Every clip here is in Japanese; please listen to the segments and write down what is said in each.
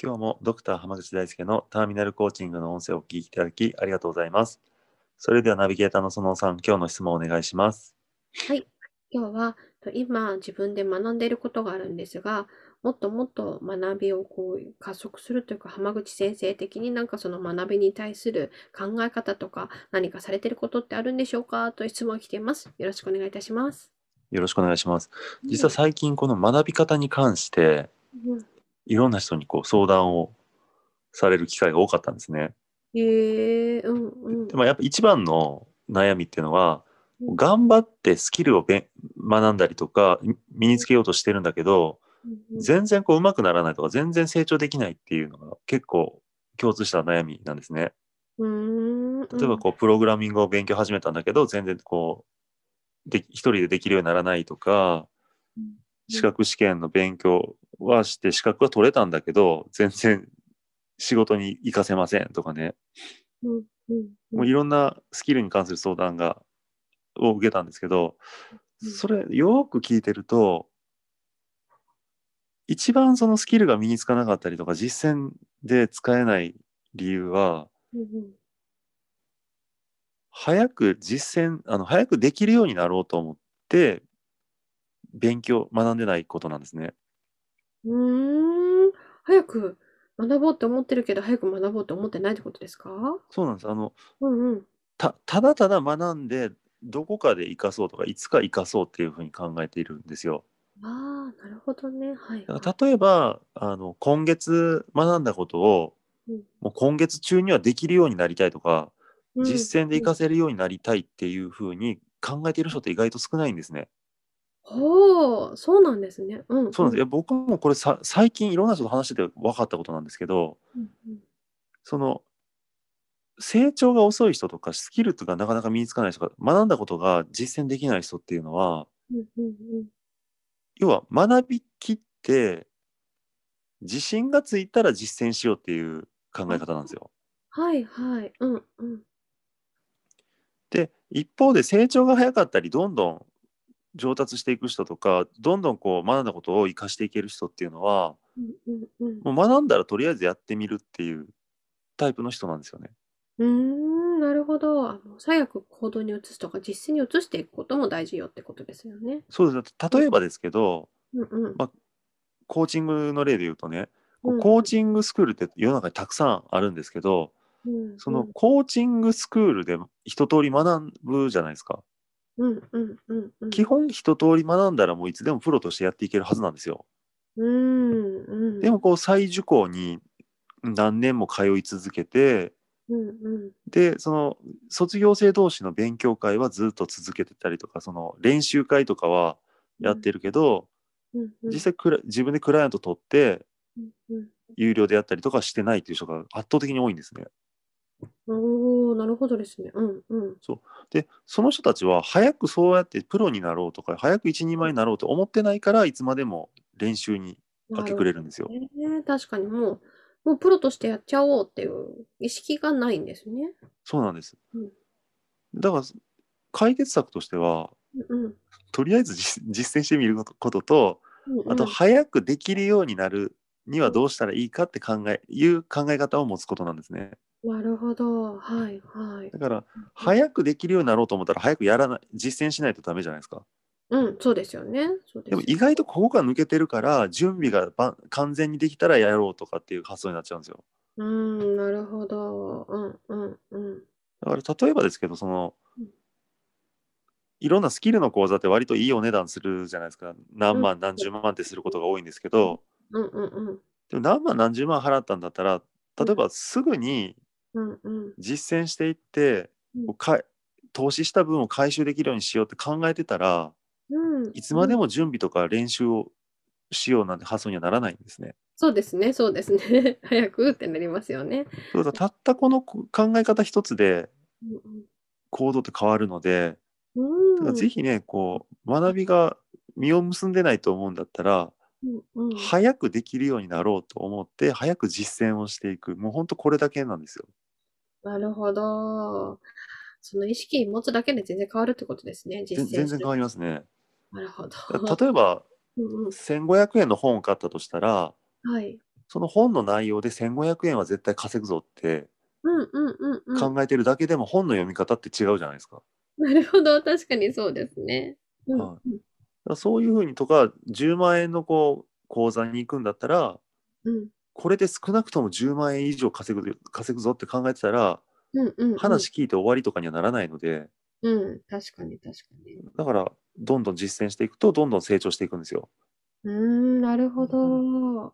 今日もドクター濱口大輔のターミナルコーチングの音声をお聞きいただきありがとうございます。それではナビゲーターのそのさん、今日の質問をお願いします。はい。今日は、と今自分で学んでいることがあるんですが、もっともっと学びをこう加速するというか、浜口先生的になんかその学びに対する考え方とか、何かされてることってあるんでしょうかという質問を来ています。よろしくお願いいたします。よろしくお願いします。実は最近この学び方に関して、うん、いろんな人にこう相談をされる機会が多かったんですね。へえうんうん。でもやっぱ一番の悩みっていうのは、うん頑張ってスキルをべん学んだりとかみ身につけようとしてるんだけど、うんうん全然こう上手くならないとか、全然成長できないっていうのが結構共通した悩みなんですね。うーん、例えばこうプログラミングを勉強始めたんだけど全然こうで一人でできるようにならないとかうん資格試験の勉強はして資格は取れたんだけど全然仕事に行かせませんとかねうん、うん、もういろんなスキルに関する相談がを受けたんですけどうんそれよく聞いてると一番そのスキルが身につかなかったりとか実践で使えない理由はうんうん早く実践あの早くできるようになろうと思って勉強学んでないことなんですね。うーん、早く学ぼうと思ってるけど、早く学ぼうと思ってないってことですかそうなんですあのうんうん。たただただ学んでどこかで生かそうとかいつか生かそうっていうふうに考えているんですよ。ああ、なるほどね。はい。だから例えばあの今月学んだことをうんもう今月中にはできるようになりたいとか、うん実践で活かせるようになりたいっていうふうに考えている人って意外と少ないんですね。ほう、そうなんですね。うん。そうなんですいや僕もこれさ最近いろんな人と話してて分かったことなんですけど、うんうんその成長が遅い人とかスキルとかなかなか身につかない人とか学んだことが実践できない人っていうのはうんうん要は学びきって自信がついたら実践しようっていう考え方なんですよ。はいはい。うんうん。で一方で成長が早かったりどんどん上達していく人とかどんどんこう学んだことを生かしていける人っていうのはうんうんうん。もう学んだらとりあえずやってみるっていうタイプの人なんですよね。うーん、なるほど。あの、早く行動に移すとか、実践に移していくことも大事よってことですよね。そうです例えばですけどうんうん。まコーチングの例で言うとね、こううんコーチングスクールって世の中にたくさんあるんですけど、うんそのコーチングスクールで一通り学ぶじゃないですか。うんうんうんうん。基本一通り学んだらもういつでもプロとしてやっていけるはずなんですよ。うんうん。でも、こう再受講に何年も通い続けて、うんうん。で、その卒業生同士の勉強会はずっと続けてたりとか、その練習会とかはやってるけど、うんうん。実際クラ自分でクライアント取ってうんうん。有料でやったりとかしてないっていう人が圧倒的に多いんですね。おー、なるほどですね。うんうん。でその人たちは早くそうやってプロになろうとか早く一人前になろうと思ってないからいつまでも練習に明け暮れるんですよ。ねえ確かにもう、もうプロとしてやっちゃおうっていう意識がないんですね。そうなんですうん。だから解決策としてはうんうん。とりあえず実実践してみることとうんうんあと早くできるようになるにはどうしたらいいかって考えいう考え方を持つことなんですね。なるほど。はいはい。だから早くできるようになろうと思ったら早くやらない実践しないとダメじゃないですか。うん、そうですよね。そうですでも意外とここが抜けてるから準備がば完全にできたらやろうとかっていう発想になっちゃうんですよ。うん、なるほど。うんうんうん。だから例えばですけどそのうんいろんなスキルの講座って割といいお値段するじゃないですか何万何十万ってすることが多いんですけど、うんうんでも何万何十万払ったんだったら例えばすぐにうん。うんうん。実践していってうんこうか投資した分を回収できるようにしようって考えてたらうん、いつまでも準備とか練習をしようなんて発想にはならないんですね。そうですね、そうですね。 早くってなりますよね。そうだたったこのこ考え方一つでうん行動って変わるので、うんだからぜひねこう学びが実を結んでないと思うんだったら、うんうん早くできるようになろうと思って早く実践をしていくもうほんとこれだけなんですよ。なるほど。その意識持つだけで全然変わるってことですね、実ぜ践ん全然変わる。りますね。なるほど。例えばうんう1500円の本を買ったとしたらんはい。その本の内容で1500円は絶対稼ぐぞってうんうんうんうん。考えてるだけでも本の読み方って違うじゃないですか。だかなるほど、確かにそうですね。うんはらそういうふうにとか10万円のこう講座に行くんだったらうんこれで少なくとも10万円以上稼ぐ稼ぐぞって考えてたらうんうんうん。話聞いて終わりとかにはならないのでうん、確かに確かに。だからどんどん実践していくとどんどん成長していくんですよ。うーん、なるほど。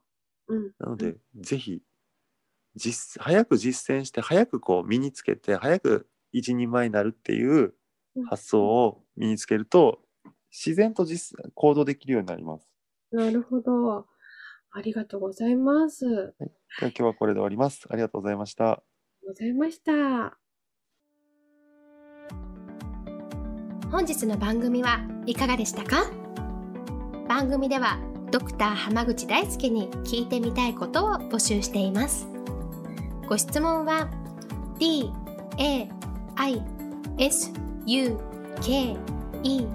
うん。なので、ぜひ実早く実践して早くこう身につけて早く一人前になるっていう発想を身につけると自然と実行動できるようになります。なるほど。ありがとうございます。ありがとでは今日はこれで終わります。ありがとうございました。うございました。本日の番組はいかがでしたか番組ではドクター濱口大輔に聞いてみたいことを募集していますご質問は d a i s u k e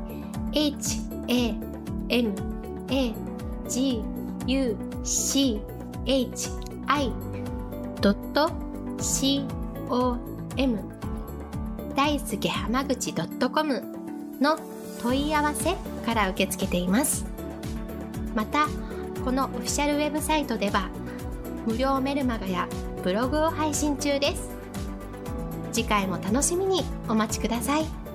h a m a g u c h i c o m 大輔濱口 .com の問い合わせから受け付けていますまたこのオフィシャルウェブサイトでは無料メルマガやブログを配信中です次回も楽しみにお待ちください